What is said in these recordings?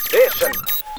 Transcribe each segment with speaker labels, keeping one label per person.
Speaker 1: Station.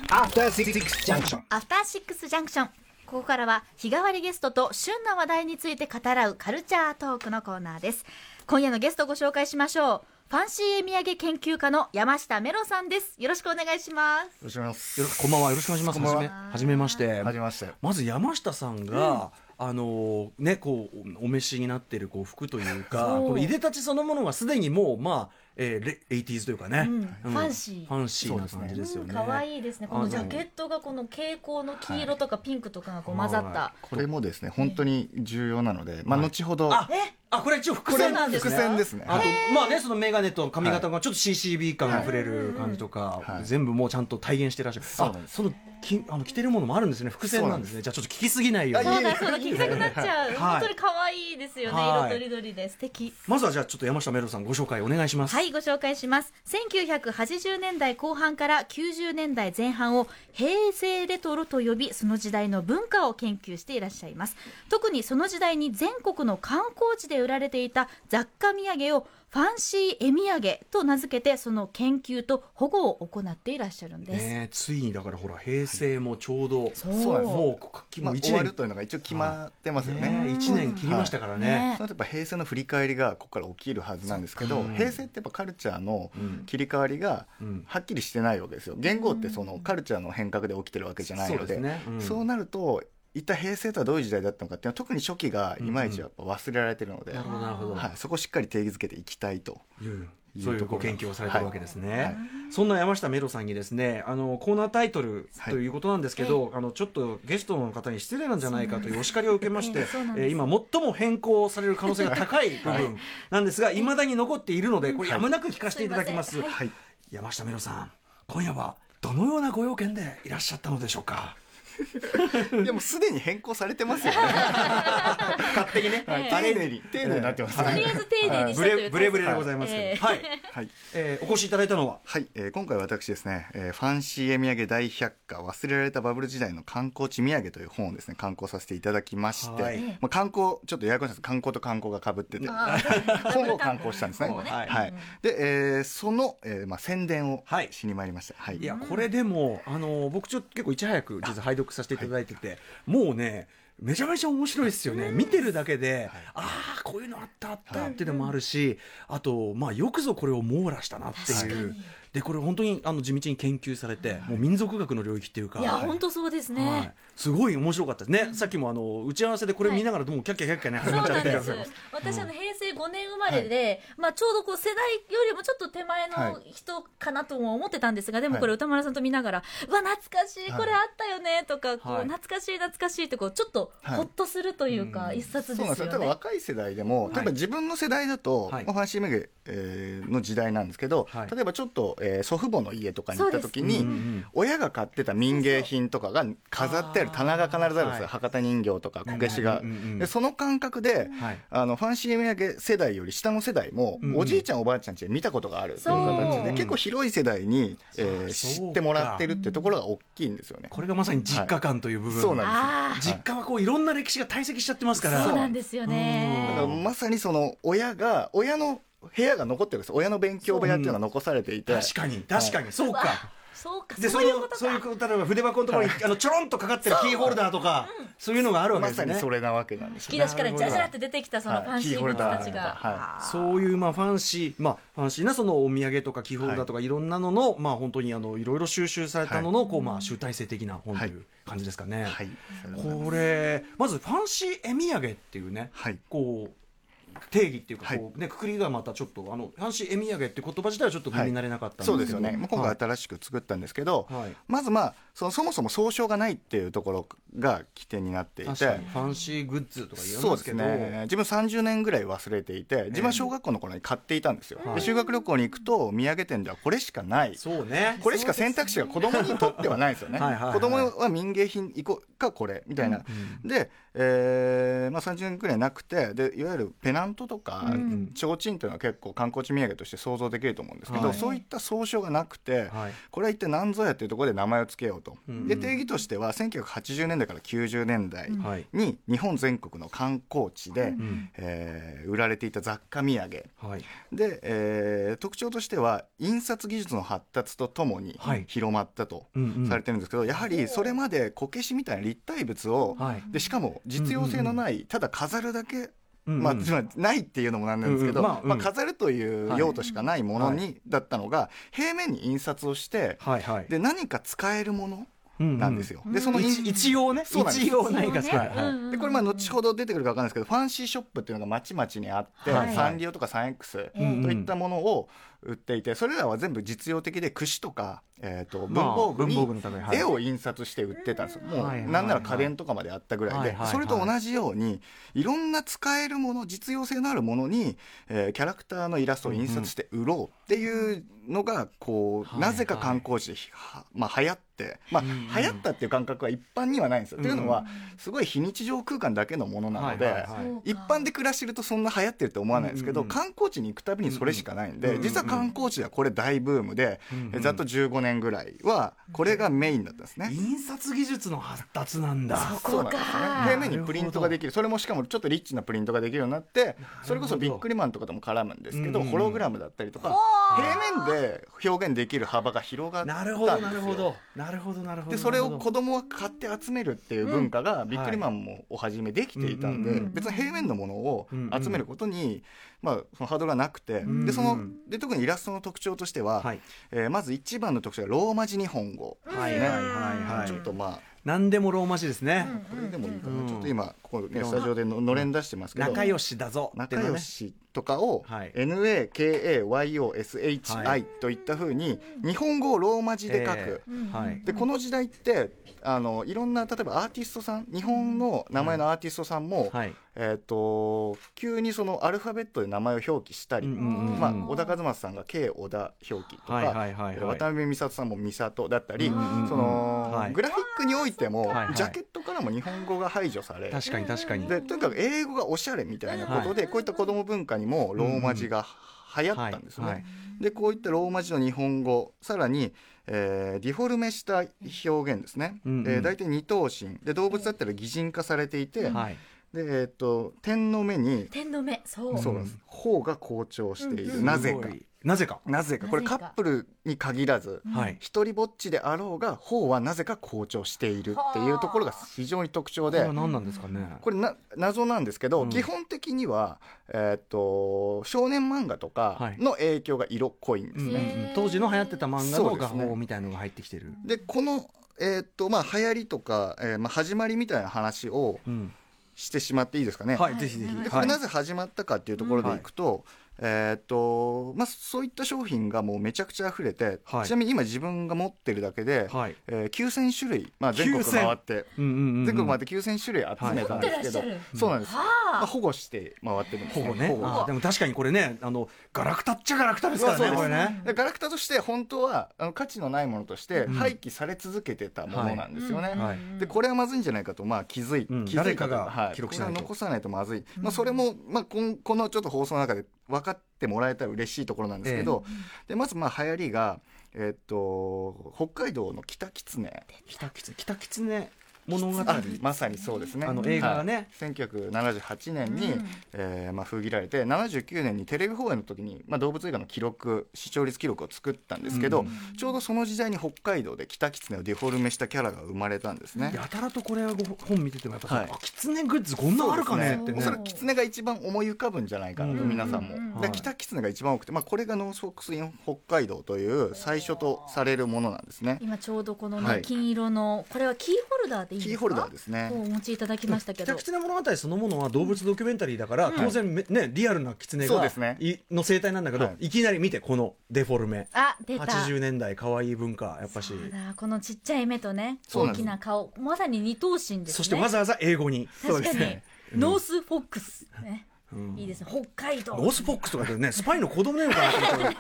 Speaker 1: After Six Junction.
Speaker 2: アフターシックスジャンクションここからは日替わりゲストと旬な話題について語らうカルチャートークのコーナーです今夜のゲストをご紹介しましょうファンシー絵土産研究家の山下メロさんですよろしくお願いします
Speaker 3: ろしくお願いします。
Speaker 4: よろこんばんはよろしくお願いします。
Speaker 3: こんばんは
Speaker 4: はじめはじめまして。
Speaker 3: はじめまして。
Speaker 4: まず山下さんが、あのねこうお召しになっているこう服というか、
Speaker 2: そう
Speaker 4: このいでたちそのものがすでにもうまあ、えー、レ 80s というかね、
Speaker 2: うん
Speaker 4: うん
Speaker 2: ファンシー
Speaker 4: ファンシーな感じですよね。
Speaker 2: 可愛、いいですねこ
Speaker 4: あ
Speaker 2: の
Speaker 4: の
Speaker 2: ジャケットがこの蛍光の黄色とかピンクとかがこう混ざった、
Speaker 4: は
Speaker 3: これもですね、本当に重要なので、まあ、後ほど。
Speaker 4: あ
Speaker 2: え
Speaker 4: あこれ一応伏
Speaker 3: これ
Speaker 2: そう
Speaker 4: 線
Speaker 2: なんです
Speaker 3: 伏線ですね。
Speaker 4: あ
Speaker 3: は
Speaker 4: と
Speaker 3: い
Speaker 4: まあねそのメガネと髪型がちょっと CCB 感あふれる感じとか、
Speaker 3: はい
Speaker 4: 全部もうちゃんと体現してらっしゃる、
Speaker 3: そうなん
Speaker 4: あ
Speaker 3: です
Speaker 4: そのきあの着てるものもあるんですね伏線なんですねじゃあちょっと聞きすぎないように
Speaker 3: あ
Speaker 2: そ
Speaker 3: いう
Speaker 2: だそうだ聞きたくなっちゃう、
Speaker 4: はい
Speaker 2: 本当に可愛いですよね、
Speaker 4: はい
Speaker 2: 色とりどりで素敵
Speaker 4: まずはじゃあちょっと山下メロさんご紹介お願いします。
Speaker 2: はい、ご紹介します。1980年代後半から90年代前半を平成レトロと呼び、その時代の文化を研究していらっしゃいます。特にその時代に全国の観光地で売られていた雑貨土産をファンシー絵土産と名付けて、その研究と保護を行っていらっしゃるんです。
Speaker 4: ねえ、ついにだからほら平成もちょうど、
Speaker 2: そう
Speaker 3: そうなんです
Speaker 4: もうき
Speaker 3: ま
Speaker 4: も
Speaker 3: あ、
Speaker 4: う
Speaker 3: 終
Speaker 4: 一
Speaker 3: わ
Speaker 4: 年
Speaker 3: るというのが一応決まってますよね。
Speaker 4: ねえ一年切りましたからね。
Speaker 2: ね
Speaker 3: そのやっぱ平成の振り返りがここから起きるはずなんですけど、
Speaker 4: そっか
Speaker 3: 平成ってやっぱカルチャーの
Speaker 4: うん
Speaker 3: 切り替わりが
Speaker 4: うん
Speaker 3: はっきりしてないわけですよ。言語ってそのカルチャーの変革で起きてるわけじゃないので、
Speaker 4: そうですねうん
Speaker 3: そうなると一体平成とはどういう時代だったのかっていうのは特に初期がいまいちやっぱ忘れられてるので、
Speaker 4: なるほどなるほど。
Speaker 3: はい、そこをしっかり定義づけていきたいと。
Speaker 4: いう
Speaker 3: いう
Speaker 4: そういう
Speaker 3: とこ
Speaker 4: ご
Speaker 3: ろが
Speaker 4: 研究をされてるわけですね、
Speaker 3: はいはい
Speaker 4: そんな山下メロさんにですねあのコーナータイトル
Speaker 3: はい
Speaker 4: ということなんですけど、あのちょっとゲストの方に失礼なんじゃないかというお叱りを受けまして、
Speaker 2: ええそうなんです
Speaker 4: えー今最も変更される可能性が高い部分なんですが、いまだに残っているのでこれやむなく聞かせていただきます、
Speaker 3: はい
Speaker 4: 山下メロさん今夜はどのようなご用件でいらっしゃったのでしょうか
Speaker 3: でもすでに変更されてますよね。
Speaker 4: 勝手にね、
Speaker 3: はい丁寧に丁寧になってます
Speaker 2: とりあえず丁寧にした
Speaker 4: ブ
Speaker 2: とい
Speaker 4: レ
Speaker 2: う
Speaker 4: ブレブレでございますけど、
Speaker 2: ええ
Speaker 4: はい、
Speaker 3: はい。
Speaker 4: えーお越しいただいたのは
Speaker 3: はい、えー今回私ですね、えーファンシー絵土産大百科忘れられたバブル時代の観光地土産という本をですね刊行させていただきまして、
Speaker 4: はい
Speaker 3: まあ、観光ちょっとややこしいんです観光と観光がかぶってて
Speaker 2: あー
Speaker 3: 本を刊行したんですね。
Speaker 2: 本を
Speaker 3: は
Speaker 2: ね
Speaker 3: い、で、えーその、えーまあ、宣伝を
Speaker 4: はい
Speaker 3: しに参りました。はい、
Speaker 4: いやこれでも、あの僕ちょっと結構いち早く実は拝読させていただいてて、もうねめちゃめちゃ面白いですよね、見てるだけで、ああこういうのあったあったっていうのもあるし、あと、まあ、よくぞこれを網羅したなっていうでこれ本当にあの地道に研究されて、もう民族学の領域っていうか。
Speaker 2: いや、本当そうですね。
Speaker 4: はい、すごい面白かったですね、さっきもあの打ち合わせでこれ見ながら、もうキャッキャキャッキャね、
Speaker 2: そう
Speaker 4: 始まっちゃ
Speaker 2: な
Speaker 4: っ
Speaker 2: ん
Speaker 4: て
Speaker 2: です。私あの平成5年生まれで、まあちょうどこう世代よりもちょっと手前の人かなとも思ってたんですが、でもこれ
Speaker 3: は
Speaker 2: 歌丸さんと見ながら、うわ懐かしい
Speaker 3: はい
Speaker 2: これあったよねとか、こ
Speaker 4: は
Speaker 2: う
Speaker 4: い
Speaker 2: 懐かしい懐かしいってこうちょっと
Speaker 3: はい
Speaker 2: ほっとするというか
Speaker 4: うん
Speaker 2: 一
Speaker 3: そ
Speaker 2: 冊
Speaker 3: う
Speaker 2: で
Speaker 3: なん
Speaker 2: す
Speaker 3: ですよ。
Speaker 2: よ
Speaker 3: 例えば
Speaker 2: ね。
Speaker 3: 若い世代でも、例えば自分の世代だと、
Speaker 4: はい
Speaker 3: まあファンシー巡り、えーの時代なんですけど、
Speaker 4: はい
Speaker 3: 例えばちょっと、えー祖父母の家とかに行った時
Speaker 4: そうです
Speaker 3: に、
Speaker 4: うんうん
Speaker 3: 親が買ってた民芸品とかが飾ってある棚が必ずあるんですよ。
Speaker 4: はい
Speaker 3: 博多人形とかこけしが、
Speaker 4: うんうんうんうん
Speaker 3: で。その感覚で、
Speaker 4: はい
Speaker 3: あのファンシー巡り世代より下の世代も、
Speaker 4: うんうん
Speaker 3: おじいちゃんおばあちゃんちで見たことがあるという
Speaker 2: そ
Speaker 3: 形
Speaker 2: う
Speaker 3: で、結構広い世代に、えー
Speaker 4: そうか
Speaker 3: 知ってもらってるってところが大きいんですよね。
Speaker 4: これがまさに実家感という部分、
Speaker 3: そうなんですよ
Speaker 2: ああ
Speaker 4: 実家はこういろんな歴史が堆積しちゃってますから
Speaker 2: そうなんですよ
Speaker 3: だ
Speaker 2: ね。
Speaker 3: からまさにその親が親の部屋が残ってるんです親の勉強部屋っていうのが残されていて、
Speaker 4: 確かに確かに、そう
Speaker 2: わ
Speaker 4: か
Speaker 2: そうか
Speaker 4: で
Speaker 2: そ
Speaker 4: そう
Speaker 2: いうこ
Speaker 4: の
Speaker 2: と
Speaker 4: そうい
Speaker 2: か。
Speaker 4: う例えば筆箱のところにあのちょろんとかかってるキーホルダーとか、そういうのがあるわけ
Speaker 3: ま
Speaker 4: です
Speaker 3: さ
Speaker 4: ね
Speaker 3: にそれなわけなんです
Speaker 2: 引
Speaker 3: よ
Speaker 2: き出しからジャジャって出てきたそのファンシーの人たちが。
Speaker 3: は
Speaker 4: そういうまあファンシー、まあ、ファンシーなそのお土産とかキーホルダーとかいろんなのの、まあ、本当にあのいろいろ収集されたのの、こうまあ、集大成的な本という感じですかね。
Speaker 3: はい
Speaker 4: これまずファンシー絵土産っていうね、
Speaker 3: はい
Speaker 4: こう定義っていうか
Speaker 3: はい
Speaker 4: こう、ね、くくりがまたちょっとあのファンシー絵土産って言葉自体はちょっと耳慣れなかったんですけ
Speaker 3: そ
Speaker 4: ど、
Speaker 3: うですよね、まあ、今
Speaker 4: は
Speaker 3: 回
Speaker 4: い
Speaker 3: 新しく作ったんですけど、
Speaker 4: はい
Speaker 3: まずまあそのそもそも総称がないっていうところが起点になっていて
Speaker 4: 確かにファンシーグッズとか言い
Speaker 3: そ
Speaker 4: ま
Speaker 3: うですす
Speaker 4: けど
Speaker 3: ね自分30年ぐらい忘れていて自分は小学校の頃に買っていたんですよ、で修学旅行に行くと土産店ではこれしかない
Speaker 4: そうね
Speaker 3: これしか選択肢が子供にとってはないですよね。
Speaker 4: はいはいはい
Speaker 3: 子供は民芸品行こうかこれみたいな。で、えーまあ、30年くらいなくてでいわゆるペナントとか
Speaker 4: ん
Speaker 3: 提灯というのは結構観光地土産として想像できると思うんですけど、
Speaker 4: はい
Speaker 3: そういった総称がなくて、
Speaker 4: はい
Speaker 3: これは一体何ぞやっていうところで名前を付けようと、
Speaker 4: うん
Speaker 3: で定義としては1980年代から90年代
Speaker 2: うん
Speaker 4: はい
Speaker 3: に日本全国の観光地で、
Speaker 4: うん
Speaker 3: えー売られていた雑貨土産
Speaker 4: はい
Speaker 3: で、えー特徴としては印刷技術の発達とともに
Speaker 4: はい
Speaker 3: 広まったと
Speaker 4: うんうん
Speaker 3: されてるんですけど、やはりそれまでこけしみたいな立体物を、
Speaker 4: はい
Speaker 3: でしかも実用性のない、ただ飾るだけ
Speaker 4: うん
Speaker 3: まあ、
Speaker 4: うん
Speaker 3: つまりないっていうのもなんなんですけど、
Speaker 4: うんうん
Speaker 3: ま
Speaker 4: まあ
Speaker 3: あ
Speaker 4: うん
Speaker 3: 飾るという用途しかないものに、だったのが平面に印刷をして
Speaker 4: はいはい
Speaker 3: で何か使えるものなんですよ。
Speaker 2: うん
Speaker 3: でその印
Speaker 4: 一一応ね
Speaker 3: そうなんです
Speaker 4: 一応何か
Speaker 2: ね
Speaker 4: はいはい
Speaker 2: うんうん
Speaker 3: でこれまあ後ほど出てくるか分かんないですけどファンシーショップっていうのがまちまちにあって、
Speaker 2: はい
Speaker 3: サンリオとかサン X
Speaker 2: ええ
Speaker 3: といったものを売っていてそれらは全部実用的で櫛とか、えー、と文
Speaker 4: まあ
Speaker 3: 房具
Speaker 4: 文房具
Speaker 3: に
Speaker 4: のためはい
Speaker 3: 絵を印刷して売ってたんですよ、
Speaker 4: はい
Speaker 3: もうなんなら家電とかまであったぐらい
Speaker 4: はい
Speaker 3: で、
Speaker 4: はいはい
Speaker 3: それと同じようにいろんな使えるもの実用性のあるものに、えーキャラクターのイラストを印刷して売ろうっていうのがこう、
Speaker 4: はい
Speaker 3: なぜか観光地でひは、まあ、流行って、まあ、
Speaker 4: うん
Speaker 3: 流行ったっていう感覚は一般にはないんですよ。
Speaker 4: うん
Speaker 3: というのはすごい非日常空間だけのものなので。
Speaker 4: はいはいはい
Speaker 2: そうか
Speaker 3: 一般で暮らしてるとそんな流行ってると思わないですけど、
Speaker 4: うんうんうん
Speaker 3: 観光地に行くたびにそれしかないんで、
Speaker 4: うんうん
Speaker 3: 実は観光地ではこれ大ブームで、
Speaker 4: うん
Speaker 3: えざっと15年ぐらいはこれがメインだったんですね。
Speaker 4: 印刷技術の発達なんだ
Speaker 2: そ
Speaker 3: そうな
Speaker 2: こ
Speaker 3: ん
Speaker 2: か
Speaker 3: ですね平面にプリントができるそれもしかもちょっとリッチなプリントができるようになってそれこそビックリマンとかとも絡むんですけど、
Speaker 4: うんうん
Speaker 3: ホログラムだったりとか平面で表現できる幅が広がったん
Speaker 4: な
Speaker 3: です
Speaker 4: る
Speaker 3: よ
Speaker 4: ほどなるほどなるほどなるほど
Speaker 3: でそれを子供は買って集めるっていう文化がビックリマンもおはじめできていたんで、
Speaker 4: はい
Speaker 2: うん
Speaker 3: 別に平面のものを
Speaker 4: うんうん
Speaker 3: 集めることに、まあ、そのハードルがなくて、
Speaker 4: うん
Speaker 3: でそので特にイラストの特徴としては、
Speaker 4: はい
Speaker 3: えーまず一番の特徴はローマ字日本語、
Speaker 4: はいはいはいはい
Speaker 3: ちょっとまあ
Speaker 4: 何でもローマ字ですね
Speaker 3: これでもいいか
Speaker 4: う
Speaker 3: な、
Speaker 4: ん
Speaker 3: ちょっと今ここ、
Speaker 4: い
Speaker 3: ね、
Speaker 4: ろん
Speaker 3: ス
Speaker 4: な
Speaker 3: タジオでののれん出してますけど
Speaker 4: 仲良しだぞって
Speaker 3: 仲
Speaker 4: いうのね
Speaker 3: 良しとかを
Speaker 4: はい
Speaker 3: NAKAYOSHI といったふうに日本語をローマ字で書く。
Speaker 4: ええ
Speaker 2: うん
Speaker 4: はい
Speaker 3: でこの時代ってあのいろんな例えばアーティストさん日本の名前のアーティストさんも、
Speaker 4: はい
Speaker 3: えー、と急にそのアルファベットで名前を表記したり、
Speaker 4: うんうんうん
Speaker 3: まあ、小田和正さんが K 小田表記とか、
Speaker 4: はいはいはいはい
Speaker 3: えー渡辺美里さんも美里だったり、
Speaker 4: うんうんうん
Speaker 3: その
Speaker 4: はい
Speaker 3: グラフィックにおいても、
Speaker 4: はいはい
Speaker 3: ジャケットからも日本語が排除され
Speaker 4: 確かに確かに
Speaker 3: でとにかく英語がおしゃれみたいなことで、こういった子ども文化にもローマ字が流行ったんですね。
Speaker 4: はいはい
Speaker 3: でこういったローマ字の日本語さらに、えーディフォルメした表現ですね、
Speaker 4: うんうん
Speaker 3: えー大体二頭身で動物だったら擬人化されていて、
Speaker 4: はい
Speaker 3: でえー、と点の目に
Speaker 2: 天の目そう
Speaker 3: そうなんです頬が好調している、
Speaker 2: うん
Speaker 3: なぜか
Speaker 4: すご。いなぜか
Speaker 3: なぜかこれ
Speaker 2: なぜ
Speaker 3: カ
Speaker 2: か
Speaker 3: ップルに限らず
Speaker 4: はい
Speaker 3: 一人ぼっちであろうが頬はなぜか好調しているっていうところが非常に特徴
Speaker 4: これ
Speaker 3: で
Speaker 4: は何なんですかね
Speaker 3: これな謎なんですけど、
Speaker 4: うん
Speaker 3: 基本的には、えー、と少年漫画とかの影響が色濃いんです
Speaker 4: うん
Speaker 3: ね。
Speaker 4: うんうん当時の流行ってた漫画
Speaker 3: そ
Speaker 4: の
Speaker 3: うで
Speaker 4: 画
Speaker 3: すね
Speaker 4: 法みたいのが入ってきてる
Speaker 3: でこの、えーっとまあ、流行りとか、えーまあ、始まりみたいな話を
Speaker 4: うん
Speaker 3: してしまっていいですかね。
Speaker 4: はいぜひぜひ
Speaker 3: でこれ
Speaker 4: はい
Speaker 3: なぜ始まったかっていうところでいくと、えーっとまあ、そういった商品がもうめちゃくちゃ溢れて、
Speaker 4: はい
Speaker 3: ちなみに今自分が持ってるだけで、
Speaker 4: はい
Speaker 3: えー9000種類、まあ、全国
Speaker 4: 9000
Speaker 3: 回って。
Speaker 4: うんうんうんうん
Speaker 3: 全国回って9000種類集めたんですけど、
Speaker 2: はい持ってらっしゃる
Speaker 3: そうなんです、
Speaker 2: はあ
Speaker 3: まあ、保護して回ってるんです
Speaker 4: ほぼね
Speaker 3: 保護
Speaker 4: あでも確かにこれねあのガラクタっちゃガラクタですから
Speaker 3: そう
Speaker 4: ね
Speaker 3: そう
Speaker 4: これね
Speaker 3: でガラクタとして本当はあの価値のないものとして
Speaker 4: うん
Speaker 3: 廃棄され続けてたものなんですよね。
Speaker 2: うん
Speaker 4: はい
Speaker 2: うん
Speaker 3: でこれはまずいんじゃないかと、まあ、気づい,、
Speaker 4: うん
Speaker 3: 気づいたという
Speaker 4: 誰かが
Speaker 3: はい
Speaker 4: 記録しない
Speaker 3: こ
Speaker 4: と
Speaker 3: れは残さないとまずい、まあ、それも、まあ、こんこのちょっと放送の中で分かってもらえたら嬉しいところなんですけど、でまずまあ流行りが、えっと北海道の北狐
Speaker 4: 北狐北狐物語
Speaker 3: あまさにそうですね
Speaker 4: あの映画がね
Speaker 3: はい1978年に、
Speaker 2: うん
Speaker 3: えーまあ、封切られて79年にテレビ放映の時に、まあ、動物映画の記録視聴率記録を作ったんですけど、
Speaker 4: うん
Speaker 3: ちょうどその時代に北海道でキタキツネをデフォルメしたキャラが生まれたんですね。
Speaker 4: やたらとこれはご本見ててもやっぱ、
Speaker 3: はい
Speaker 4: あ狐グッズこんなんあるかねって
Speaker 3: お
Speaker 4: ね
Speaker 3: そらくキツネが一番思い浮かぶんじゃないかなと、
Speaker 4: うん
Speaker 3: 皆さんも、
Speaker 2: うん
Speaker 3: で
Speaker 4: はい
Speaker 3: キタキツネが一番多くて、まあ、これがノースフォックスイン北海道という最初とされるものなんですね
Speaker 2: 今ちょうどこの
Speaker 3: は
Speaker 2: ね
Speaker 3: い
Speaker 2: 金色のこれはキーホルダーでいいんです
Speaker 3: キ
Speaker 2: か
Speaker 3: ーホルダーですね
Speaker 2: をお持ちいただきましたけど
Speaker 4: 北狐物語そのものは動物ドキュメンタリーだから、
Speaker 2: うん
Speaker 4: 当然めねリアルな狐
Speaker 3: そう
Speaker 4: が
Speaker 3: ですね
Speaker 4: いの生態なんだけど、
Speaker 3: はい
Speaker 4: い、きなり見てこのデフォルメ
Speaker 2: あ出た
Speaker 4: 80年代可愛い文化やっぱし
Speaker 2: そうだこのちっちゃい目とね
Speaker 3: そう
Speaker 2: 大
Speaker 3: なんで
Speaker 2: き
Speaker 3: す
Speaker 2: な顔まさに二頭身ですね
Speaker 4: そしてわざわざ英語に
Speaker 2: 確かに、
Speaker 4: ん
Speaker 2: ノースフォックス、ね
Speaker 4: うん
Speaker 2: いいですね北海道
Speaker 4: ノースフォックスとかだけどねスパイの子供なのかなって思 っ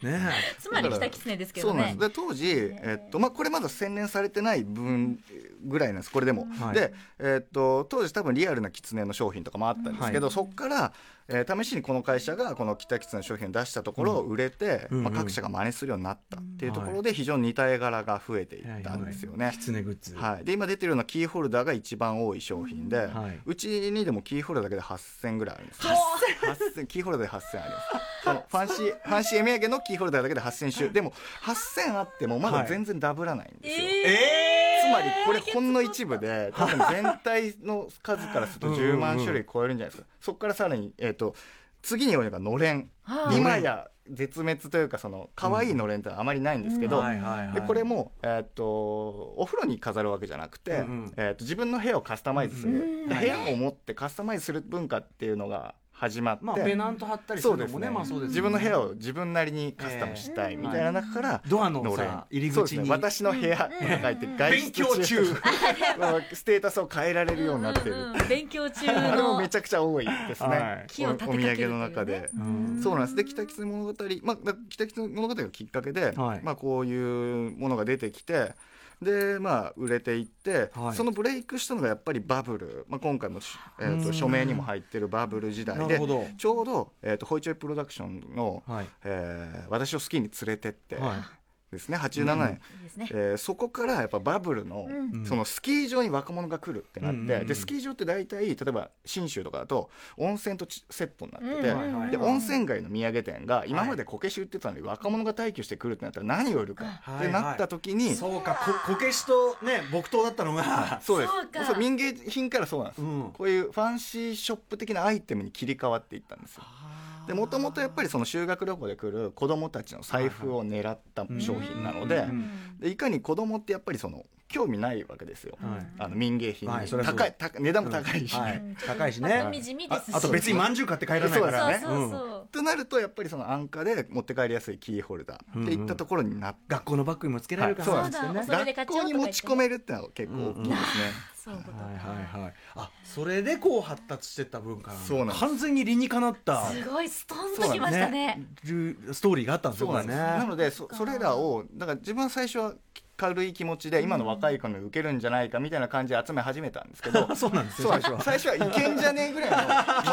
Speaker 4: てね
Speaker 2: つまり北キツネですけ
Speaker 3: そ
Speaker 2: ど
Speaker 3: うなんです
Speaker 2: ね
Speaker 3: で当時、えっとまあ、これまだ洗練されてない分ぐらいなんですこれでも、
Speaker 4: はい
Speaker 3: で、えっと当時多分リアルな狐の商品とかもあったんですけど、そこからえー試しにこの会社がこの北キツの商品を出したところ売れて、
Speaker 4: うんうん
Speaker 3: ま
Speaker 4: う
Speaker 3: あ、
Speaker 4: ん
Speaker 3: 各社が真似するようになったっていうところで非常に似た絵柄が増えていったんですよね。
Speaker 4: キツネグッズ。
Speaker 3: はい、で今出てるようなキーホルダーが一番多い商品で、
Speaker 4: はいう
Speaker 3: ちにでもキーホルダーだけで8000ぐらいあるんです8000キーホルダーで8000ありますそのファンシーファンシー絵土産のキーホルダーだけで8000種でも8000あってもまだ全然ダブらないんですよ、
Speaker 4: え
Speaker 3: つまりこれほんの一部で多分全体の数からすると
Speaker 4: うんうんうん
Speaker 3: 10万種類超えるんじゃないですかそこからさらに、えー、と次に多いのがのれん
Speaker 2: はい
Speaker 3: 今や絶滅というかその可愛いのれんってのはあまりないんですけ
Speaker 4: ー
Speaker 3: ど、
Speaker 4: はいはいはい
Speaker 3: でこれも、えーっとお風呂に飾るわけじゃなくて、
Speaker 4: うんうん
Speaker 3: えーっと自分の部屋をカスタマイズする、
Speaker 2: うん
Speaker 3: で部屋を持ってカスタマイズする文化っていうのが始まって、
Speaker 4: まあペナント貼ったりす
Speaker 3: そ
Speaker 4: る
Speaker 3: うで
Speaker 4: の
Speaker 3: す
Speaker 4: も
Speaker 3: ね,、
Speaker 4: ね、まあそうですね
Speaker 3: 自分の部屋を自分なりにカスタムしたいみたいな中から、
Speaker 4: ドアの
Speaker 3: のれん
Speaker 4: さ入り
Speaker 3: そうです
Speaker 4: 口
Speaker 3: ね
Speaker 4: に
Speaker 3: 私の部屋とか書いて外
Speaker 4: 勉強
Speaker 3: 出
Speaker 4: 中
Speaker 3: ステータスを変えられるようになってる、
Speaker 2: うんうんうん勉強中
Speaker 3: あれも
Speaker 2: の
Speaker 3: めちゃくちゃ多いですね、
Speaker 4: はい
Speaker 2: 木を立てか
Speaker 3: お
Speaker 2: け
Speaker 3: 土
Speaker 2: るという
Speaker 3: 産の中で。
Speaker 4: うん
Speaker 3: そうなんですで「北狐物語」まあ、だから北狐物語がきっかけで、
Speaker 4: はい
Speaker 3: まあ、こういうものが出てきてで、まあ、売れていって、
Speaker 4: はい
Speaker 3: そのブレイクしたのがやっぱりバブル、まあ、今回もし、えー、
Speaker 4: う
Speaker 3: と
Speaker 4: ん
Speaker 3: 署名にも入ってるバブル時代
Speaker 4: な
Speaker 3: で
Speaker 4: るほど
Speaker 3: ちょうど、えー、とホイチョイプロダクションの、
Speaker 4: はい
Speaker 3: えー私を好きに連れてって」
Speaker 4: はい
Speaker 3: ですね87年、
Speaker 2: いいですね。
Speaker 3: えーそこからやっぱバブルの、
Speaker 2: うん
Speaker 3: そのスキー場に若者が来るってなって、
Speaker 4: うんうんうん
Speaker 3: でスキー場って大体例えば信州とかだと温泉とちセットになってて、
Speaker 2: うん
Speaker 4: うんうん
Speaker 3: で温泉街の土産店が今までこけし売ってたのに若者が退去してくるってなったら何を売るか
Speaker 4: はい
Speaker 3: ってなった時に、
Speaker 4: そうかここけしとね木刀だったのが
Speaker 3: そうで
Speaker 2: そうか
Speaker 3: すそう民芸品からそうなんです、
Speaker 4: うん
Speaker 3: こういうファンシーショップ的なアイテムに切り替わっていったんですよでもともとやっぱりその修学旅行で来る子供たちの財布を狙った商品なので、
Speaker 4: うん
Speaker 3: でいかに子供ってやっぱりその興味ないわけですよ、
Speaker 4: はい
Speaker 3: あの民芸品に、
Speaker 4: はいそれはそう
Speaker 3: 高い高い値段も高いし、
Speaker 4: は
Speaker 2: うん
Speaker 4: い高いし
Speaker 2: ちょっと
Speaker 4: ね
Speaker 2: パッと見地味で
Speaker 4: あ
Speaker 2: すし
Speaker 4: あと別にまんじゅう買って帰らないからね
Speaker 2: そうそう
Speaker 4: うん
Speaker 2: そう。
Speaker 3: となるとやっぱりその安価で持って帰りやすいキーホルダーっていったところになって、
Speaker 4: 学校のバッグにもつけられるか
Speaker 3: は
Speaker 4: ら
Speaker 3: い
Speaker 4: ですよ
Speaker 2: そうだ
Speaker 4: ね
Speaker 2: それで買っ
Speaker 3: 学
Speaker 2: ちゃ
Speaker 3: 校
Speaker 2: おうとか
Speaker 3: に
Speaker 2: 言って
Speaker 3: 持ち込めるってのは結構大きいですね、
Speaker 2: そういうことか
Speaker 4: はいはいはいあそれでこう発達してった文化なんだ
Speaker 3: そうなんです
Speaker 4: 完全に理にかなった
Speaker 2: すごいストンときましたね。
Speaker 4: ルーストーリーがあったんで
Speaker 3: そ
Speaker 4: すよ
Speaker 3: うな
Speaker 4: これ
Speaker 3: んで
Speaker 4: ね
Speaker 3: す、なのでそそれらをだから自分は最初は軽い気持ちで今の若い子に受けるんじゃないかみたいな感じで集め始めたんですけど
Speaker 4: そうなんです
Speaker 3: そう
Speaker 4: よ
Speaker 3: なんですよ最初はいけんじゃねえぐらいの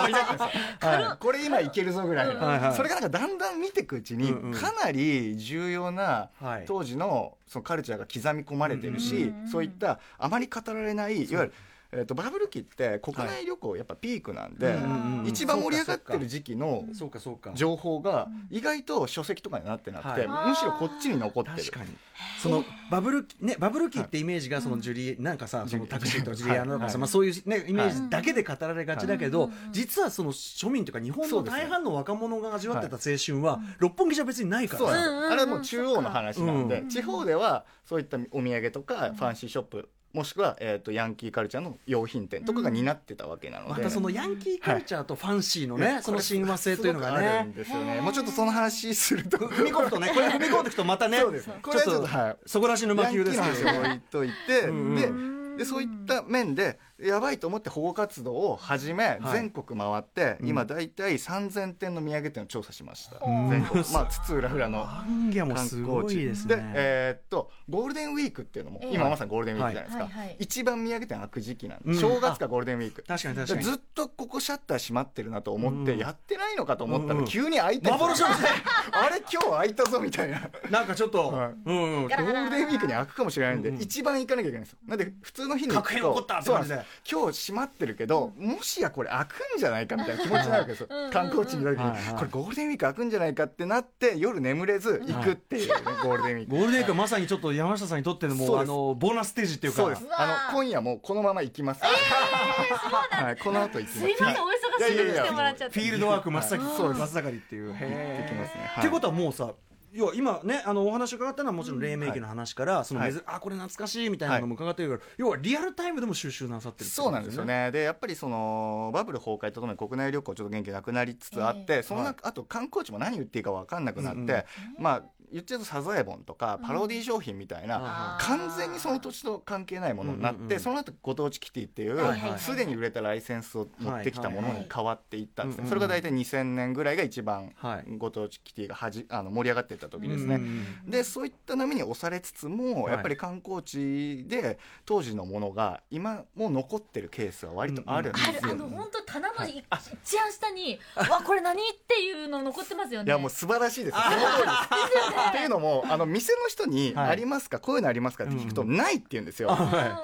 Speaker 3: ノリだったんですよ、 はいこれ今いけるぞぐらいの、
Speaker 4: はいはい
Speaker 3: それがなんかだんだん見ていくうちに
Speaker 4: うんうん
Speaker 3: かなり重要な
Speaker 4: はい
Speaker 3: 当時のそのカルチャーが刻み込まれてる
Speaker 2: うん
Speaker 3: し、
Speaker 2: うんうん
Speaker 3: そういったあまり語られないいわゆる、えー、とバブル期って国内旅行やっぱピークなんで、
Speaker 4: うんうんうん
Speaker 3: 一番盛り上がってる時期の
Speaker 4: そうかそうか
Speaker 3: 情報が意外と書籍とかになってなくて、
Speaker 4: は
Speaker 3: むしろこっちに残ってる
Speaker 4: 確かにそのバブル期ねバブル期ってイメージがそのジュリーなんかさそのタクシーとかジュリアナとか
Speaker 3: は
Speaker 4: さ
Speaker 3: い
Speaker 4: まあそういうねイメージだけで語られがちだけど実はその庶民というか日本
Speaker 3: そ
Speaker 4: の
Speaker 3: うですね
Speaker 4: 大半の若者が味わってた青春は六本木じゃ別にないか
Speaker 3: そう
Speaker 4: ら
Speaker 3: なん
Speaker 4: さ
Speaker 3: です
Speaker 2: う
Speaker 3: よ、
Speaker 2: んうん
Speaker 3: あれはもう中央
Speaker 2: うん
Speaker 3: の話なんで、
Speaker 4: うん
Speaker 3: 地方ではそういったお土産とかファンシーショップもしくは、えー、とヤンキーカルチャーの用品店とかが担ってたわけなので、
Speaker 4: またそのヤンキーカルチャーとファンシーのねその親和性というのが
Speaker 3: すごくあるん
Speaker 4: ね
Speaker 3: ですよねもうちょっとその話すると
Speaker 4: 踏み込むとねこれ踏み込んでいくとまたね
Speaker 3: そうですねこれはちょっとはい
Speaker 4: そこらしの魔球です
Speaker 3: ヤンキーの
Speaker 4: けど
Speaker 3: 話を置いといて
Speaker 4: うん
Speaker 3: ででそういった面でやばいと思って保護活動を始め、
Speaker 4: はい
Speaker 3: 全国回って、
Speaker 4: うん
Speaker 3: 今大体3000店の土産店を調査しました、全国まあ津々浦々の
Speaker 4: アンギャも
Speaker 3: 観
Speaker 4: す
Speaker 3: 光
Speaker 4: ご
Speaker 3: 地
Speaker 4: いです
Speaker 3: で
Speaker 4: ね
Speaker 3: えーっとゴールデンウィークっていうのも、
Speaker 2: ええ
Speaker 3: 今まさにゴールデンウィークじゃないですか、
Speaker 2: はいはい
Speaker 3: 一番土産店開く時期なんで、
Speaker 4: うん
Speaker 3: 正月かゴールデンウィーク
Speaker 4: 確かに確かに
Speaker 3: ずっとここシャッター閉まってるなと思って、
Speaker 4: うん
Speaker 3: やってないのかと思った
Speaker 4: うん
Speaker 3: ら
Speaker 4: うん
Speaker 3: 急に開いてる
Speaker 4: 幻なんですね
Speaker 3: あれ今日開いたぞみたいな
Speaker 4: なんかちょっと
Speaker 3: はい
Speaker 4: うんうん
Speaker 3: ゴールデンウィークに開くかもしれないんで、
Speaker 4: うんうん
Speaker 3: 一番行かなきゃいけないんですよなんで普通の日に行く
Speaker 4: 確変起こったって
Speaker 3: そうな
Speaker 4: 感
Speaker 3: ん
Speaker 4: じ
Speaker 3: で
Speaker 4: です
Speaker 3: 今日閉まってるけどもしやこれ開くんじゃないかみたいな気持ちになるわけですよ
Speaker 2: うんうんうん
Speaker 3: 観光地にいる時に、
Speaker 4: はいはい
Speaker 3: これゴールデンウィーク開くんじゃないかってなって夜眠れず行くっていうね、ゴールデンウィーク
Speaker 4: ゴールデンウィークはまさにちょっと山下さんにとってのも
Speaker 3: そう
Speaker 4: う
Speaker 3: で
Speaker 4: あ
Speaker 3: す
Speaker 4: のボーナスステージっていうか
Speaker 3: そうです
Speaker 2: う。わー
Speaker 3: あの今夜もこのまま行きます。はい、この後行きます。
Speaker 2: すいませんお忙しいのに来てもらっちゃっ
Speaker 4: フ
Speaker 2: て。
Speaker 4: ィールドワーク真っ先、
Speaker 3: はい
Speaker 4: そうです真っ盛りっていう。へ
Speaker 3: 行ってきますね。
Speaker 4: ー
Speaker 3: は
Speaker 4: っ
Speaker 3: い
Speaker 4: てことはもうさ、要は今ね、あのお話伺ったのはもちろん黎明期の話から、その
Speaker 3: はい
Speaker 4: 珍あこれ懐かしいみたいなのも伺ってるから、要はリアルタイムでも収集なさってるってこ
Speaker 3: そ
Speaker 4: と
Speaker 3: うなんですよ。ね。で、やっぱりそのバブル崩壊とともに国内旅行ちょっと元気なくなりつつあって、その中、あと観光地も何言っていいか分かんなくなって、まあ言っちゃうとサザエボンとかパロディ商品みたいな、
Speaker 4: あ
Speaker 2: ー
Speaker 3: 完全にその土地と関係ないものになって、
Speaker 4: うんうんうん
Speaker 3: その後ご当地キティっていう
Speaker 2: はいはいはい
Speaker 3: すで、に売れたライセンスを持ってきたものに変わっていったんですね、
Speaker 4: はいはいはい
Speaker 3: それが大体2000年ぐらいが一番
Speaker 4: はい
Speaker 3: ご当地キティがはじあの盛り上がっていった時ですね。
Speaker 4: うん
Speaker 3: でそういった波に押されつつも、
Speaker 4: はい
Speaker 3: やっぱり観光地で当時のものが今も残ってるケースは割とあるんです
Speaker 2: あ
Speaker 3: よ、
Speaker 2: るあの本当棚文字一番下に「わこれ何?」っていうの残ってますよね
Speaker 3: いやもう素晴らしいです。その通りです。っていうの もあの店の人に「
Speaker 4: はい
Speaker 3: ありますか、こういうのありますか?」って聞くと「
Speaker 4: う
Speaker 3: ない」って言うんですよ。
Speaker 4: あ
Speaker 3: っ
Speaker 4: は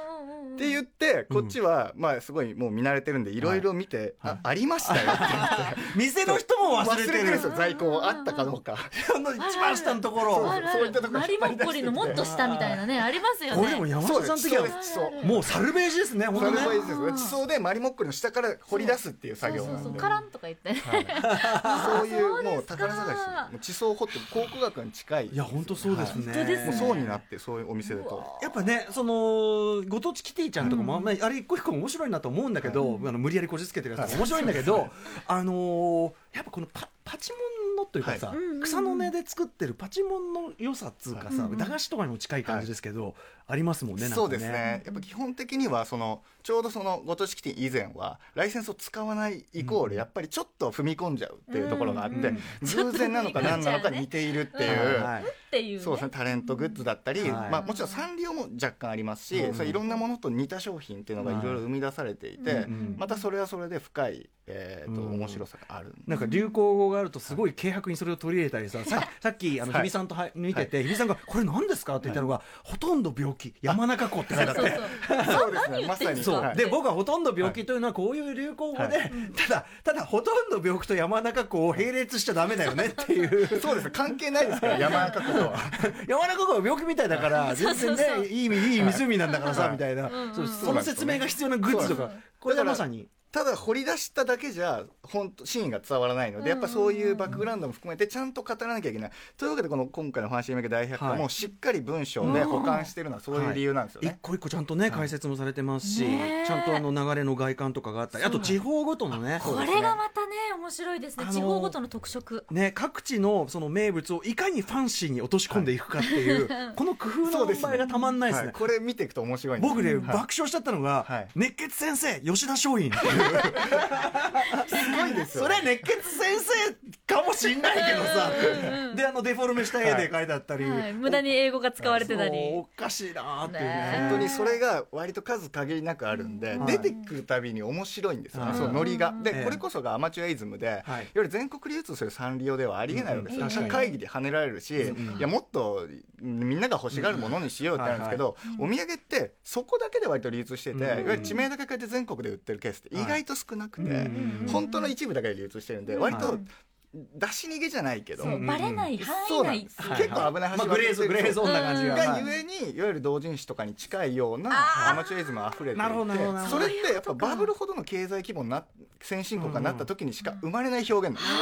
Speaker 3: て言ってこっちは、まあすごいもう見慣れてるんでいろいろ見て、あありましたよって
Speaker 4: い 店の人も 忘
Speaker 3: 忘れ
Speaker 4: れて
Speaker 3: てるん
Speaker 4: る
Speaker 3: ですよ在庫あったかどうか。
Speaker 4: あの一番下のところ
Speaker 2: あるあ
Speaker 3: そういったとこ
Speaker 2: る
Speaker 3: ろ
Speaker 2: マリモッコリのもっと下みたいなねありますよ
Speaker 4: これでも
Speaker 2: ね
Speaker 4: 山
Speaker 3: そう
Speaker 4: 下
Speaker 3: で
Speaker 4: さん
Speaker 3: す。
Speaker 4: 的
Speaker 3: そう
Speaker 4: に
Speaker 3: で
Speaker 4: は
Speaker 3: す。そう。
Speaker 4: もうサルベージですね本
Speaker 3: そ
Speaker 4: 当
Speaker 3: れ
Speaker 4: ね
Speaker 3: もいいですよ。地層でマリモッコリの下から掘り出すっていう
Speaker 2: そ
Speaker 3: 作
Speaker 2: う
Speaker 3: 業
Speaker 2: そ
Speaker 3: な
Speaker 2: うそ
Speaker 3: ん
Speaker 2: う
Speaker 3: で
Speaker 2: カ。ランとか言ってね
Speaker 3: そういうも
Speaker 2: そう
Speaker 3: う
Speaker 2: ですか
Speaker 3: 宝探しですもう地層を掘って考古学に近い。
Speaker 4: いや本当そうですね、
Speaker 2: 本当です
Speaker 3: もう
Speaker 2: ね
Speaker 3: そうになってそういうお店だと。
Speaker 4: やっぱねそのご当地キティちゃんとかも、まあ、あれ一個一個面白いなと思うんだけど、あの無理やりこじつけてるやつも面白いんだけ ど、あのーやっぱこのパパチモンのというかさ、
Speaker 3: は
Speaker 4: 草の根で作ってるパチモンの良さっつうかさ、
Speaker 2: はい
Speaker 4: 駄菓子とかにも近い感じですけど、ありますもんねなんか
Speaker 3: そうですねやっぱ基本的にはそのちょうどそのご当地キティ以前はライセンスを使わないイコールやっぱりちょっと踏み込んじゃうっていうところがあっ
Speaker 2: うんう
Speaker 3: て
Speaker 2: ん
Speaker 3: 偶然なのか何なのか似ているっていう。
Speaker 4: はい
Speaker 2: っていうね
Speaker 3: そうですねタレントグッズだったり、
Speaker 4: はい
Speaker 3: まあ、もちろんサンリオも若干ありますし、
Speaker 4: うん
Speaker 3: そういろんなものと似た商品っていうのがいろいろ生み出されていて、
Speaker 2: はい
Speaker 4: うん
Speaker 3: またそれはそれで深い、えーと
Speaker 4: うん
Speaker 3: 面白さがある
Speaker 4: なんか流行語があるとすごい軽薄にそれを取り入れたりさささっきあの
Speaker 3: は
Speaker 4: 日
Speaker 3: い
Speaker 4: 比さんとは見てて日比さんが「これ何ですか?」って言ったのが「ほとんど病気山中湖」って書いてあって
Speaker 2: そうそう
Speaker 3: そうですね
Speaker 2: 何言ってんです
Speaker 4: そ
Speaker 2: か
Speaker 4: う
Speaker 3: はい
Speaker 4: で僕はほとんど病気というのはこういう流行語で、
Speaker 3: は
Speaker 4: ただただほとんど病気と山中湖を並列しちゃダメだよねっていう
Speaker 3: そうですね関係ないです から山中湖とは
Speaker 4: 山中湖は病気みたいだから全然ねいい意味いい湖なんだからさ
Speaker 3: はい
Speaker 4: みたいな、
Speaker 2: うんうん
Speaker 4: そうその説明が必要なグッズと
Speaker 3: そう
Speaker 4: か
Speaker 3: なんです
Speaker 4: これがまさに
Speaker 3: ただ掘り出しただけじゃ本当真意が伝わらないのでやっぱそういうバックグラウンドも含めてちゃんと語らなきゃいけないというわけでこの今回の「ファンシーメイク大百科」
Speaker 4: はい
Speaker 3: もしっかり文章で保管してるのはそういう理由なんですよ
Speaker 4: 一
Speaker 3: ね。
Speaker 4: 個一個ちゃんとね解説もされてますし、
Speaker 2: ねえ
Speaker 4: ちゃんとあの流れの外観とかがあったりあと地方ごとのね
Speaker 2: これがまたね面白いですね
Speaker 4: あのー
Speaker 2: 地方ごとの特色
Speaker 4: ね、各地のその名物をいかにファンシーに落とし込んでいくかっていう、この工夫
Speaker 3: そ
Speaker 4: の
Speaker 3: うです
Speaker 4: 問
Speaker 3: ね
Speaker 4: 題がたまんないです
Speaker 3: は
Speaker 4: ね
Speaker 3: い。これ見ていくと面白いんですよ
Speaker 4: 僕ね、
Speaker 3: はい
Speaker 4: 爆笑しちゃったのが、
Speaker 3: はい
Speaker 4: 熱血先生吉田松陰っていう
Speaker 3: すごいです
Speaker 4: そ
Speaker 3: よ
Speaker 4: れは熱血先生かもしんないけどさであのデフォルメした絵で描いてあったり、
Speaker 2: はい無駄に英語が使われてた
Speaker 4: そうお
Speaker 2: り
Speaker 4: かしいなーっていう
Speaker 2: ね
Speaker 3: 本
Speaker 4: ね
Speaker 3: 当にそれが割と数限りなくあるんで、
Speaker 4: うん
Speaker 3: 出てくるたびに面白いんですよね、
Speaker 4: はい
Speaker 3: そのノリが、
Speaker 2: うん
Speaker 4: ええ
Speaker 3: でこれこそがアマチュアイズムで、い
Speaker 4: はい
Speaker 3: わゆる全国流通するサンリオではありえないわけですよ、
Speaker 4: うん
Speaker 3: 社会議で跳ねられるし、
Speaker 4: うん
Speaker 3: いやもっとみんなが欲しがるものにしようってなるんですけど、お土産ってそこだけで割と流通してて、
Speaker 4: うん
Speaker 3: いわゆる地名だけ変えて全国で売ってるケースって意外と少なくて、
Speaker 4: うん
Speaker 3: 本当の一部だけで流通してるんで割と出し逃げじゃないけど、
Speaker 2: そうバレない範
Speaker 3: そう
Speaker 2: 囲
Speaker 3: なん
Speaker 2: 内
Speaker 3: です結構危ない
Speaker 4: まあ、
Speaker 3: 橋
Speaker 4: グレーゾーングレーゾーンな感じが、
Speaker 3: が
Speaker 4: はい
Speaker 3: ゆえにいわゆる同人誌とかに近いようなアマチュアイズムあふれてい
Speaker 4: なるほどなるほどなる
Speaker 3: て
Speaker 4: ほ
Speaker 3: そ
Speaker 4: ど
Speaker 3: れってやっぱバブルほどの経済規模にな先進国がなった時にしか生まれない表現なんですよ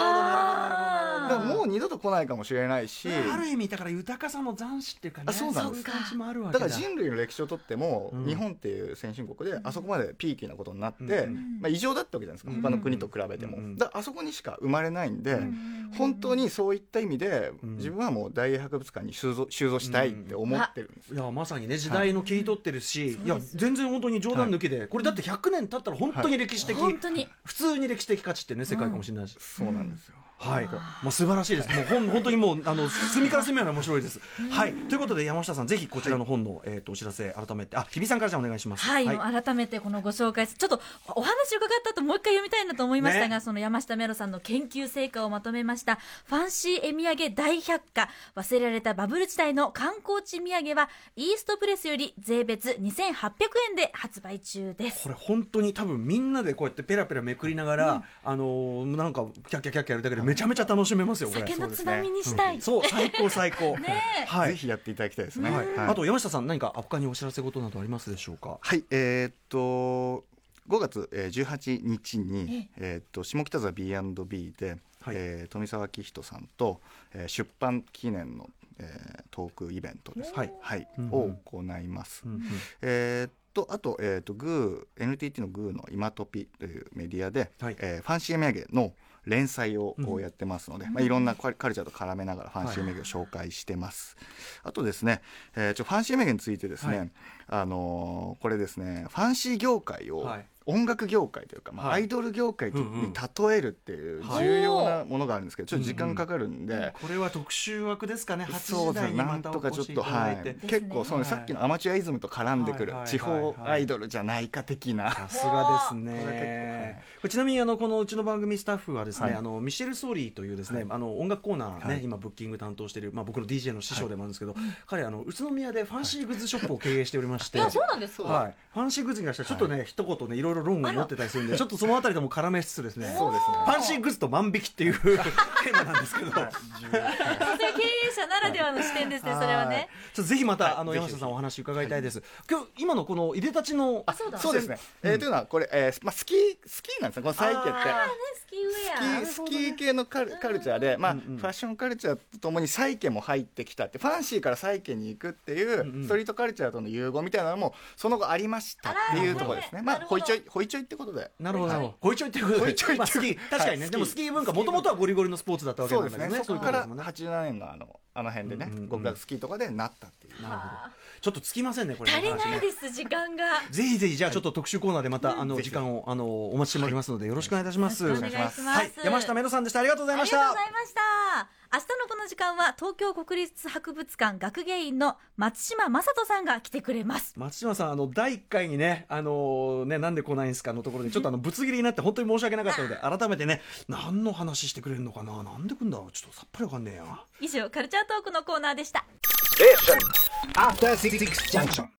Speaker 3: だからもう二度と来ないかもしれないし
Speaker 4: ある意味だから豊かさの斬新っていうかね
Speaker 3: あそうなんです
Speaker 4: い感じもあるわけ
Speaker 3: だ
Speaker 4: だ
Speaker 3: から人類の歴史をとっても
Speaker 4: うん
Speaker 3: 日本っていう先進国であそこまでピーキーなことになって
Speaker 4: う
Speaker 3: まあ異常だったわけじゃないですか他の国と比べて
Speaker 4: う
Speaker 3: も
Speaker 4: ん
Speaker 3: だからあそこにしか生まれないんで
Speaker 2: ん
Speaker 3: 本当にそういった意味で
Speaker 4: ん
Speaker 3: 自分はもう大英博物館に収蔵収蔵したいって思ってるんです
Speaker 4: いやまさにね時代の切り取ってるし、い、や
Speaker 2: そうです
Speaker 4: 全然本当に冗談抜きで、これだって100年経ったら本当に歴史的、
Speaker 2: 本当に
Speaker 4: 普通に歴史的価値ってね世界かもしれないし、
Speaker 3: そうなんですよ
Speaker 4: はい、もう素晴らしいです。もうほん本当にもうあの隅から隅まで面白いです。はい、ということで山下さんぜひこちらの本の、えっ、とお知らせ改めてあ日比さんからじゃあお願いします。
Speaker 2: はい、改めてこのご紹介ちょっとお話伺った後もう一回読みたいなと思いましたが、
Speaker 4: ね
Speaker 2: その山下メロさんの研究成果をまとめました「ファンシー絵土産大百科忘れられたバブル時代の観光地土産」はイーストプレスより税別2800円で発売中です
Speaker 4: これ本当に多分みんなでこうやってペラペラめくりながら、あのーなんかキャッキャキャッキャやるだけでめちゃめちゃ楽しめますよこれ。
Speaker 2: 酒
Speaker 3: そ
Speaker 2: の
Speaker 3: うで
Speaker 2: つ
Speaker 3: すね
Speaker 2: まみにしたい、
Speaker 4: そう最高最 高。はい。
Speaker 3: ぜひやっていただきたいですね
Speaker 4: はい
Speaker 3: はい
Speaker 4: あと山下さん何か他にお知らせ事などありますでしょうか。
Speaker 3: はい、えーっと5月えー18日に、えーっと下北沢 B&B で、
Speaker 4: はい
Speaker 3: えー富澤明人さんと、えー出版記念の、えートークイベントです、
Speaker 4: はい
Speaker 3: はい
Speaker 4: うんうん
Speaker 3: を行います。
Speaker 4: うんうん
Speaker 3: えーっとあと,、えーっとグー NTT のグーの今トピというメディアで、
Speaker 4: はい
Speaker 3: えーファンシー名芸の、連載をこうやってますので、まあ、いろんなカルカルチャーと絡めながらファンシー名言を紹介してます、あとですね、えーちょファンシー名言についてですね、
Speaker 4: はい
Speaker 3: あのーこれですねファンシー業界を、
Speaker 4: はい
Speaker 3: 音楽業界というか、まあ、
Speaker 4: は
Speaker 3: ア
Speaker 4: い
Speaker 3: イドル業界と
Speaker 4: うんうん
Speaker 3: に例えるっていう重要なものがあるんですけど、ちょっと時間かかるんで、
Speaker 4: これは特集枠ですかね8
Speaker 3: そう
Speaker 4: 時
Speaker 3: です
Speaker 4: 台に
Speaker 3: ね、な
Speaker 4: ま
Speaker 3: ん
Speaker 4: た
Speaker 3: と
Speaker 4: お
Speaker 3: かちょ
Speaker 4: 越
Speaker 3: っ
Speaker 4: しい
Speaker 3: と、
Speaker 4: ただ
Speaker 3: はい
Speaker 4: て、
Speaker 3: い、
Speaker 2: ね
Speaker 3: 結構その、
Speaker 4: はい
Speaker 3: さっきのアマチュアイズムと絡んでくる、
Speaker 4: はいはい
Speaker 3: 地方
Speaker 4: はいはい
Speaker 3: アイドルじゃないか的な、
Speaker 4: さすがです
Speaker 3: これ結構は
Speaker 4: ね
Speaker 3: い。
Speaker 4: これちなみにあのこのうちの番組スタッフはですね、
Speaker 3: はい
Speaker 4: あのミシェル・ソーリーというですね、あの音楽コーナー
Speaker 3: は
Speaker 4: ね、
Speaker 3: い
Speaker 4: 今ブッキング担当しているまあ僕の DJ の師匠でもあるんですけど、彼あの宇都宮でファンシーグッズショップを経営しておりまして。
Speaker 5: あ、そうなんですか。
Speaker 4: はい、ファンシーグッズに関してはちょっとね、一言ねいろいろ論を持ってたりするんでちょっとそのあたりとも絡めつつですね
Speaker 3: そうですね
Speaker 4: ファンシーグッズと万引きっていうテーマなんですけど
Speaker 2: それ経営者ならではの視点ですね、それはね。
Speaker 4: ちょっとぜひまた、あの山下さんお話伺いたいです、今日今のこのいでたちの
Speaker 2: あ、そうだ。
Speaker 3: そうですね、えーというのはこれ、えーまあ、スキースキーなんですねこのサイケって
Speaker 2: あねスキーウェア。
Speaker 3: スキースキー系のカルカルチャーで、まあ
Speaker 4: うんうん
Speaker 3: ファッションカルチャーとともに債券も入ってきたってファンシーから債券に行くっていう、
Speaker 4: うんうん
Speaker 3: ストリートカルチャーとの融合みたいなのもその後ありましたっていうところですね
Speaker 2: あら
Speaker 3: ま
Speaker 2: な
Speaker 3: あ
Speaker 2: るほ
Speaker 3: ホ
Speaker 2: ど
Speaker 3: イチョイホイチョイってことで
Speaker 4: なるほど、ホイチョイっていうことで、
Speaker 3: ホイチョイ
Speaker 4: まあ、スキー、確かにね、
Speaker 3: はい
Speaker 4: でもスキー文化、もともとはゴリゴリのスポーツだったわけ
Speaker 3: そ
Speaker 4: な
Speaker 3: うんで
Speaker 4: だ
Speaker 3: すね
Speaker 4: けどね、
Speaker 3: そ
Speaker 4: そう
Speaker 3: こ
Speaker 4: い
Speaker 3: か
Speaker 4: うことで
Speaker 3: ら
Speaker 4: すもんね。
Speaker 3: 87年のあのあの辺でね、
Speaker 4: うんうんうん
Speaker 3: 極楽スキーとかでなったっていう。
Speaker 4: なるほど。ちょっと尽きませんね、これ、
Speaker 2: 足りない
Speaker 4: ね。
Speaker 2: です、時間が。
Speaker 4: ぜひぜひ、じゃあちょっと特集コーナーでまた、あの、
Speaker 3: ぜひ
Speaker 4: 時間を、あの、お待ちしておりますので、よろしくお願いいたします。
Speaker 2: よろしくお願いします
Speaker 4: はい、山下メロさんでした。ありがとうござい
Speaker 2: あ
Speaker 4: ま
Speaker 2: り
Speaker 4: し
Speaker 2: がとう
Speaker 4: た
Speaker 2: ござ。いました。明日のこの時間は東京国立博物館学芸員の松島正人さんが来てくれます。
Speaker 4: 松島さん、あの、第1回にね、あのね、なんで来ないんですかのところで、ちょっとあの、ぶつ切りになって、本当に申し訳なかったので、改めてね、何の話してくれるのかな、なんで来んだろう、ちょっとさっぱりわかんねえや。
Speaker 2: 以上、カルチャートークのコーナーでした。
Speaker 1: After Six Junction.